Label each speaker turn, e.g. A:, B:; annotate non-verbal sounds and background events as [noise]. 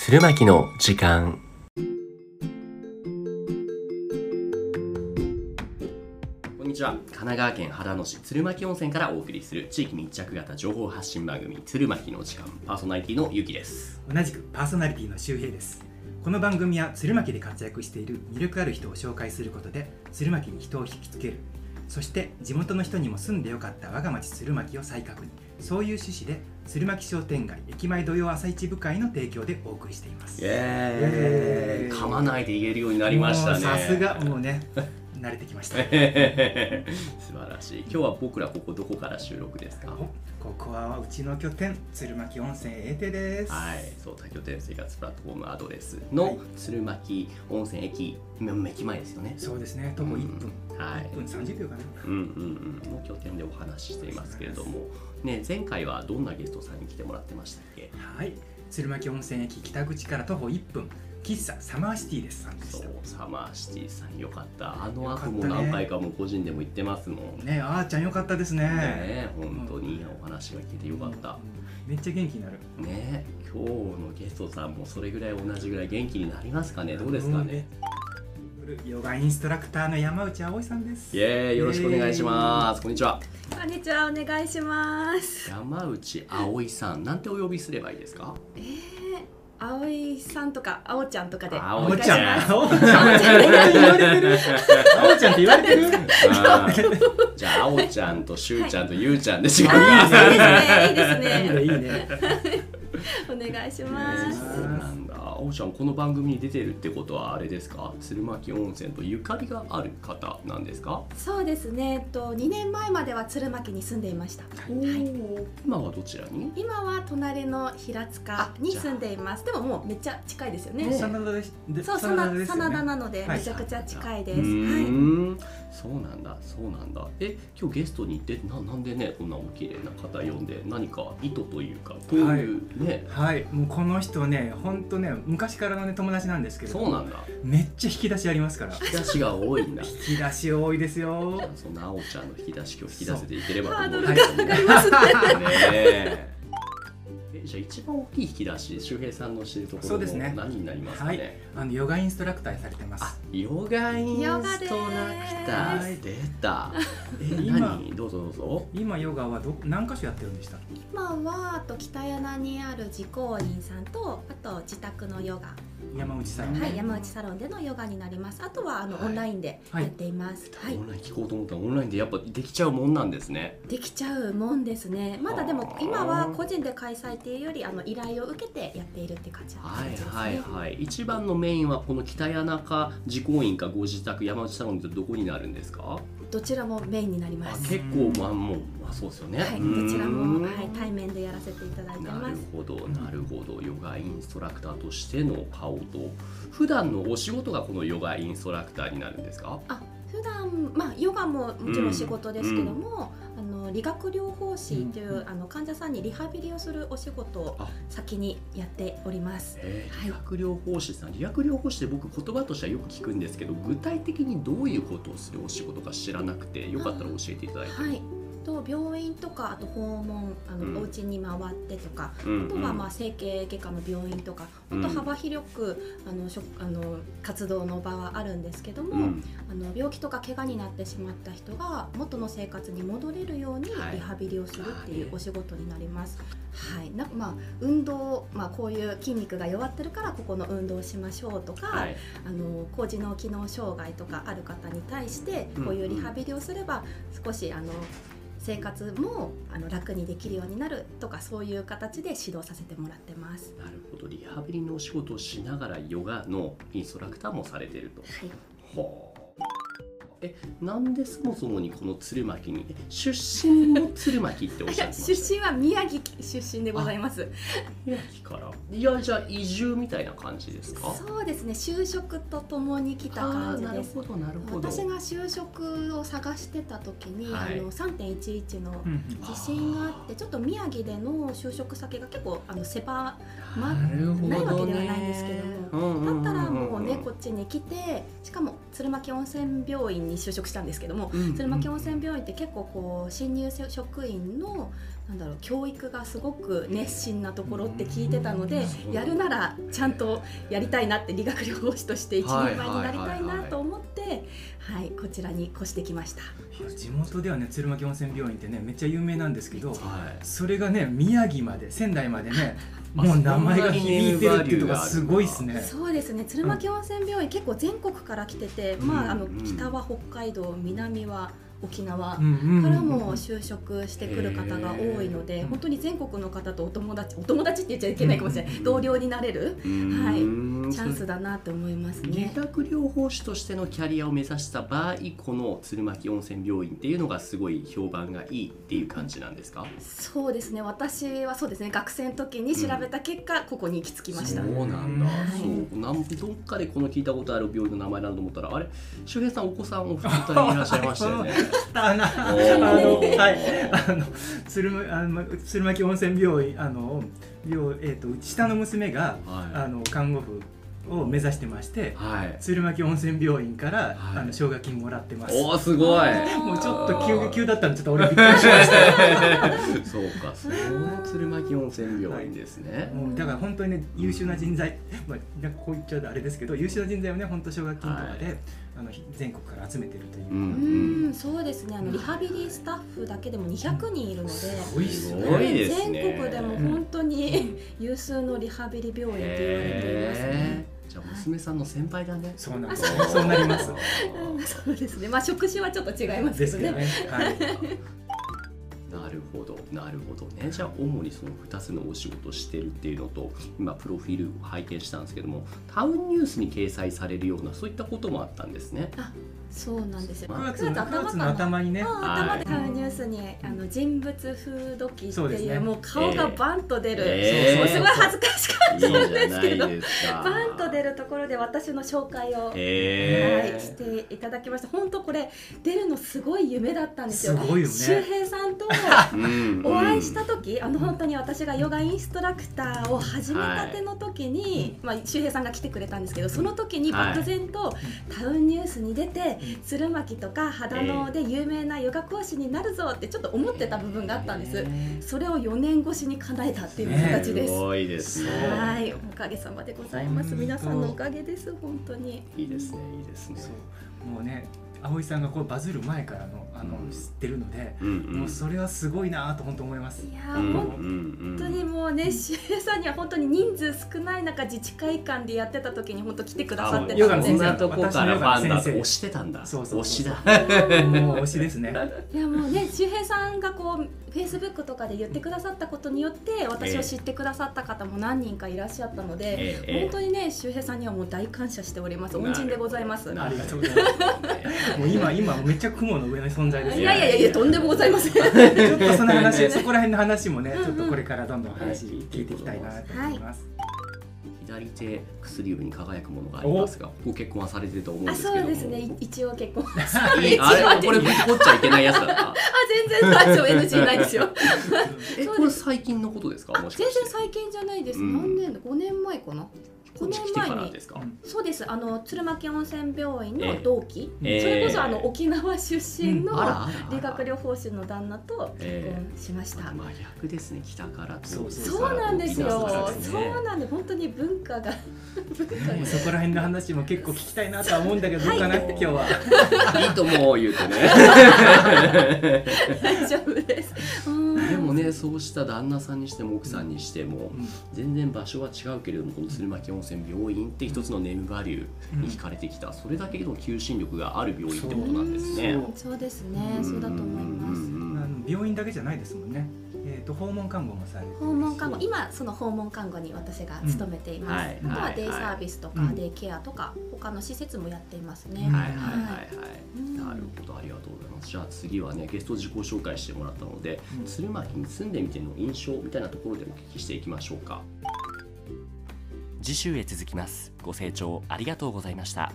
A: 鶴巻の時間こんにちは神奈川県秦野市鶴巻温泉からお送りする地域密着型情報発信番組鶴巻の時間パーソナリティのゆきです
B: 同じくパーソナリティの周平ですこの番組は鶴巻で活躍している魅力ある人を紹介することで鶴巻に人を引きつけるそして地元の人にも住んでよかった我が町鶴巻を再確認そういう趣旨で鶴巻商店街駅前土曜朝市部会の提供でお送りしています
A: イエーイ
B: イエーイ
A: 噛まないで言えるようになりましたね
B: もうさすがも
A: [laughs]
B: うね慣れてきました
A: えへへへ素晴らしい今日は僕らここどこから収録ですか
B: おここはうちの拠点鶴巻温泉永定です
A: はい、そう多拠点生活プラットフォームアドレスの、
B: はい
A: 鶴巻温泉駅うん駅前ですよね。
B: そうですね徒歩1分、
A: うんはい
B: 1分30秒かな
A: うんうんうん、の拠点でお話ししていますけれども、ね、前回はどんなゲストさんに来てもらってましたっけ
B: はい鶴巻温泉駅北口から徒歩1分喫茶サマーシティですさんでし
A: そ
B: た
A: うサマーシティさんよかったあの
B: よか
A: 後
B: ったね
A: も何回かも個人でも行ってますもんね
B: ねあーちゃんよかったですね
A: え本当にお話が聞いてよかった、
B: うんめっちゃ元気になる
A: ねえ今日のゲストさんもそれぐらい同じぐらい元気になりますかねどうですかね、
B: うんヨガインストラクターの山内葵さんです
A: イエーイよろしくお願いします、こんにちは
C: こんにちは、お願いします。
A: 山内葵さん、なんてお呼びすればいいですか。
C: えー、葵さんとか、あおちゃんとかで。
A: あ
B: あ
A: お
B: お
A: 葵
B: ち
A: ちゃ
B: ゃ
A: ん
B: んあおちゃん言われてるあおちゃんって言われてる
A: あーじゃあ、あおちゃんとしゅうちゃんとゆうちゃんで違う
C: あ
A: か。
C: ーいいです
B: いい
C: ね、
B: ね
C: いい
B: い
C: で
B: いね
C: すね。お願いし
A: そ
B: [laughs]
C: ます。
A: うなんだ。あおちゃん、この番組に出てるってことはあれですか。鶴巻温泉とゆかりがある方なんですか。
C: そうですね、えっと、2年前までは鶴巻に住んでいました。はい。
A: 今はどちらに。
C: 今は隣の平塚に住んでいます。でも、もうめっちゃ近いですよね。
A: ね
B: 真田ですで
C: そう、
B: 真
C: 真
B: 田
C: 田
B: ですよね
C: 真田なので、
B: はい
C: めちゃくちゃ近いで
A: う
C: す。はい。
A: ーんそうなんだ、そうなんだ。え、今日ゲストに行って、な、なんでね、こんなお綺麗な方呼んで、何か意図というか、こういうね。
B: はいもうこの人ね本当ね昔からのね友達なんですけれど
A: そうなんだ。
B: めっちゃ引き出しありますから
A: 引き出しが多いんだ。
B: 引き出し多いですよ
A: そんなあおちゃんの引き出し今日引き出せていければと思う
C: そ
A: ん
C: う
A: ですけどね。ねええじゃあ一番大きい引き出し、周平さんの知るとこ
B: そ
A: ろ
B: うです
A: の
B: ね
A: 何になりますかね。
B: はいあのヨガインストラクターされてま
A: あ
B: す、
A: ヨガインストラクタ
B: ヨガで
A: ー出た。え、
B: 今
A: 何どうぞどうぞ。
B: 今ヨガはど何箇所やってるんでした
C: 今は、あと北柳にある自公院さんと、あと自宅のヨガ。
B: 山内さん、
C: はい、山内サロンでのヨガになります。あとはあの、
A: はい
C: オンラインでやっています。はい、
A: オンライン聞こうと思ったらオンラインでやっぱできちゃうもんなんですね。
C: できちゃうもんですね。まだで
A: あ
C: も
A: ー
C: 今は個人で開催っていうよりあの依頼を受けてやっているって感じなん
A: はい
C: ですね。
A: はいはい。一番のメインはこの北谷中自公院かご自宅山内サロンってどこになるんですか。
C: どちらもメインになり
A: あ
C: ます。
A: 結構まあもうまあそうですよね。
C: はい、
A: うん
C: どちらもはい対面でやらせていただいて
A: な
C: ま
A: る
C: す。
A: ほど、なるほど、ヨガインストラクターとしての顔と、普段のお仕事がこのヨガインストラクターになるんですか。
C: あ、普段まあヨガももちろん仕事ですけども、あの理学療法士という、
B: う
C: あの患者さんにリハビリをするお仕事を
A: あ
C: 先にやっております。
A: えー
C: はい
A: 理学療法士さん、理学療法士って僕言葉としてはよく聞くんですけど、具体的にどういうことをするお仕事か知らなくて、よかったら教えていただいて。
C: はい、と病院とかあと訪問あの、
A: うん
C: お家に回ってとか
A: うんうん
C: あとはまあ整形外科の病院とか
A: うん
C: 本当幅広くあのしょあの活動の場はあるんですけども、
A: うん
C: あの病気とか怪我になってしまった人が元の生活に戻れるように
A: はい
C: リハビリをするってい
A: あーね
C: うお仕事になります。はいなまあ、運動、まあ、こういう筋肉が弱ってるからここの運動をしましょうとか、
A: はい、
C: あの高次脳機能障害とかある方に対して
A: うん
C: こういうリハビリをすれば少しあの生活もあの楽にできるようになるとかそういう形で指導させてもらってます。
A: なるほど、リハビリのお仕事をしながら、ヨガのインストラクターもされてると。
C: はい、
A: はあえなんでそもそもにこの鶴巻にえ出身の鶴巻っておっしゃってました
C: 出身は宮城出身でございます。
A: 宮城からいやじゃあ移住みたいな感じですか
C: そうですね。就職とともに来た感じ
A: あーなる
C: です。
A: ほどなるほど
C: 私が就職を探してた時に、
A: はい
C: あの3.11の
B: うん
C: 地震があってちょっと宮城での就職先が結構あの狭ま
A: なるほどね
C: ないわけではないんですけども
A: うん
C: だ
A: うんうんうん
C: ったらもうねこっちに来てしかも鶴巻温泉病院に就職したんですけども
A: うん
C: 鶴巻温泉病院って結構こう新入職員のあなんだろう教育がすごく熱心なところって聞いてたので
A: うん
C: やるならちゃんとやりたいなって理学療法士として一人前になりたい
A: はいはいはい
C: な
A: はい
C: と思ってはいこちらに越してきました。
B: 地元ではね鶴巻温泉病院ってねめっちゃ有名なんですけど
A: はい
B: それがね宮城まで仙台までね
A: あ
B: もう名前
A: そん
B: が
A: なに
B: 響いてるっていうのがすごいですね
C: そうですね鶴巻温泉病院、結構全国から来てて、まあ、あの
A: うん
C: 北は北海道南は沖縄
B: うんうんうん
C: からも就職してくる方が多いので、
B: へー
C: 本当に全国の方とお友達お友達って言っちゃいけないかもしれない、
A: うん
C: 同僚になれる
A: うーん
C: チャンスだなと思います
A: 理
C: ね。
A: 学療法士としてのキャリアを目指した場合この鶴巻温泉病院っていうのがすごい評判がいいっていう感じなんですか
C: そうですね私はそうですね学生の時に調べた結果、ここに行き着きました。
A: そうなんだ、
B: はい
A: そうなんどっかでこの聞いたことある病院の名前だと思ったらあれ周平さんお子さんお二人いらっしゃいましたよね
B: あの
A: おー
B: あのはいあの鶴まあの鶴巻温泉病院あの病えっ、と下の娘があ
A: は
B: の看護婦を目指してまして
A: い、はい、
B: 鶴巻温泉病院から、
A: はい
B: あの奨学金もらってます。
A: おおすごい
B: もうちょっと
A: あー
B: 急急だったのちょっと俺びっくりしました。
A: [laughs] そうか、その鶴巻温泉病院ですね。
B: もうだから本当にね優秀な人材、まあなんかこう言っちゃうとあれですけど優秀な人材をね本当奨学金とかで、
A: は
B: あのひ全国から集めてるという。
A: うん
C: うん、そうですね。あのリハビリスタッフだけでも200人いるので、
B: すごいっすよ
A: すごい
B: ね。
A: ですね
C: 全国でも本当に [laughs] 有数のリハビリ病院って言われています
A: へ
C: ね。
A: え。じゃあ娘さんの先輩だね。
B: そうなんです。そうなります。
C: そうですね。まあ職種はちょっと違います
B: で
C: け
B: す
C: ど
B: けど
C: ね。
B: ね。はい。
A: なるほど、なるほどね。じゃあ主にその2つのお仕事をしてるっていうのと、今プロフィールを拝見したんですけども、タウンニュースに掲載されるようなそういったこともあったんですね。
C: そうなんですよ。
A: まあ
B: 9月
C: 九
B: の
C: 月頭
B: 9月
C: か
B: の
C: な
B: 頭にね。
C: あー頭
A: はい
C: で買うニュースに、あの人物風土記って
B: そう
C: いう
B: ですね
C: もう顔がバンと出る、
A: え
B: ー
C: もうすごい恥ずかしか
A: い
C: っ
A: い
C: た
A: じゃ
C: んです
A: な
C: け
A: い
C: ど、
A: ですか。
C: バンと出るところで私の紹介を。
A: へ
C: はい、
A: え。
C: していただきました。本当これ出るのすごい夢だったんです
B: す
C: よ。
B: ごいよ
C: 周
B: ね。
C: 平さんと
A: うん
C: お会いした時、あの本当に私がヨガインストラクターを始めたての時に、まあ周平さんが来てくれたんですけど、その時に漠然と、タウンニュースに出て鶴巻とか秦野で有名なヨガ講師になるぞってちょっと思ってた部分があったんです。それを4年越しに叶えたっていう形ですす。
A: ごいですね。
C: はい、おかげさまでございます。
B: 本当
C: 皆さんのおかげです、本当に。
A: いいですね、いいですね。
B: そうもうね、葵さんがこうバズる前からのあの、
A: うん
B: 知ってるので、
A: うんうん
B: もうそれはすごいなと本当思います。
C: いや
A: う
C: ー、
A: んう
C: 本
A: んうん
C: 本当にもうね、周平さんには本当に人数少ない中、自治会館でやってた時に本当来てくださって
B: ヨガ
C: たん
B: の
C: で、
A: そん
B: 先生
A: なとこからファンだと推してたんだ。
B: そうそう
A: 推
B: そう
A: しだ。
B: もう推しです
A: [laughs]
B: ね。
C: [laughs] いやもうね、周平さんがこう、フェイスブックとかで言ってくださったことによって、私を知ってくださった方も何人かいらっしゃったので、
A: ええ
C: 本当にね、周平さんにはもう大感謝しております。恩人でございます。
A: な
B: あ
A: る
B: りがとうござい
A: [laughs]
B: ます。もう今今めっちゃ雲の上の存在です、
C: い
B: ね。
C: やいやいや、とんでもございません。
B: ちょっとその話、そこら辺の話もね、
C: うんうん
B: ちょっとこれからどんどん話聞いていきたいなと思います。
A: 左手薬指に輝くものがありますが、ご結婚はされてると思うんで
C: あ、
A: すけども。
C: そうですね。い一応結婚。あ、
A: いいあれこれぶちこっちゃいけないやつだ
C: [laughs]
A: な。
C: 全然最初 NG ないですよ。
A: えこれ最近のことですか。
C: あ、
A: も
C: 全
A: しか
C: 然
A: して。
C: 最近じゃないです。
A: うん
C: 何年だ？5年前かな。
A: こっち来てからですか
B: う。ん
C: そうです。あの鶴巻温泉病院
A: ええ
C: の同期。
A: ええ
C: それこそあの沖縄出身
A: あ
C: の
A: らあら
C: 理学療法士の旦那と結婚しました。
A: 真逆ですね。北からと。
B: そうそう
C: そうなんですよ。そう
A: ね
C: なんで本当に文化が文化が
B: もうそこら辺の話も結構聞きたいなとは思うんだけど、どうかなって今日は。
A: いいとも言う
C: [laughs]
A: てね。
C: 大丈夫です。うん
A: でもねそうした旦那さんにしても奥さんにしても、
B: うん
A: 全然場所は違うけれどもこの鶴巻温泉病院って一つのネームバリューに惹かれてきた、それだけの求心力がある病院ってことなんですね。
C: うんそうですね。そうだと思います。
B: あ
A: ま
B: の病院だけじゃないですもんね。えっ、と訪問看護もされてるし
C: 訪問看護今その訪問看護に私が勤めています、
A: うんはい
C: あとは
A: はい
C: デイサービスとか、
B: うん
C: デイケアとか他の施設もやっていますね、
B: うん
A: はいはいはいはい、
C: うん
A: なるほどありがとうございますじゃあ次はねゲスト自己紹介してもらったので、
B: うん
A: 鶴巻に住んでみての印象みたいなところでお聞きしていきましょうか次週へ続きますご清聴ありがとうございました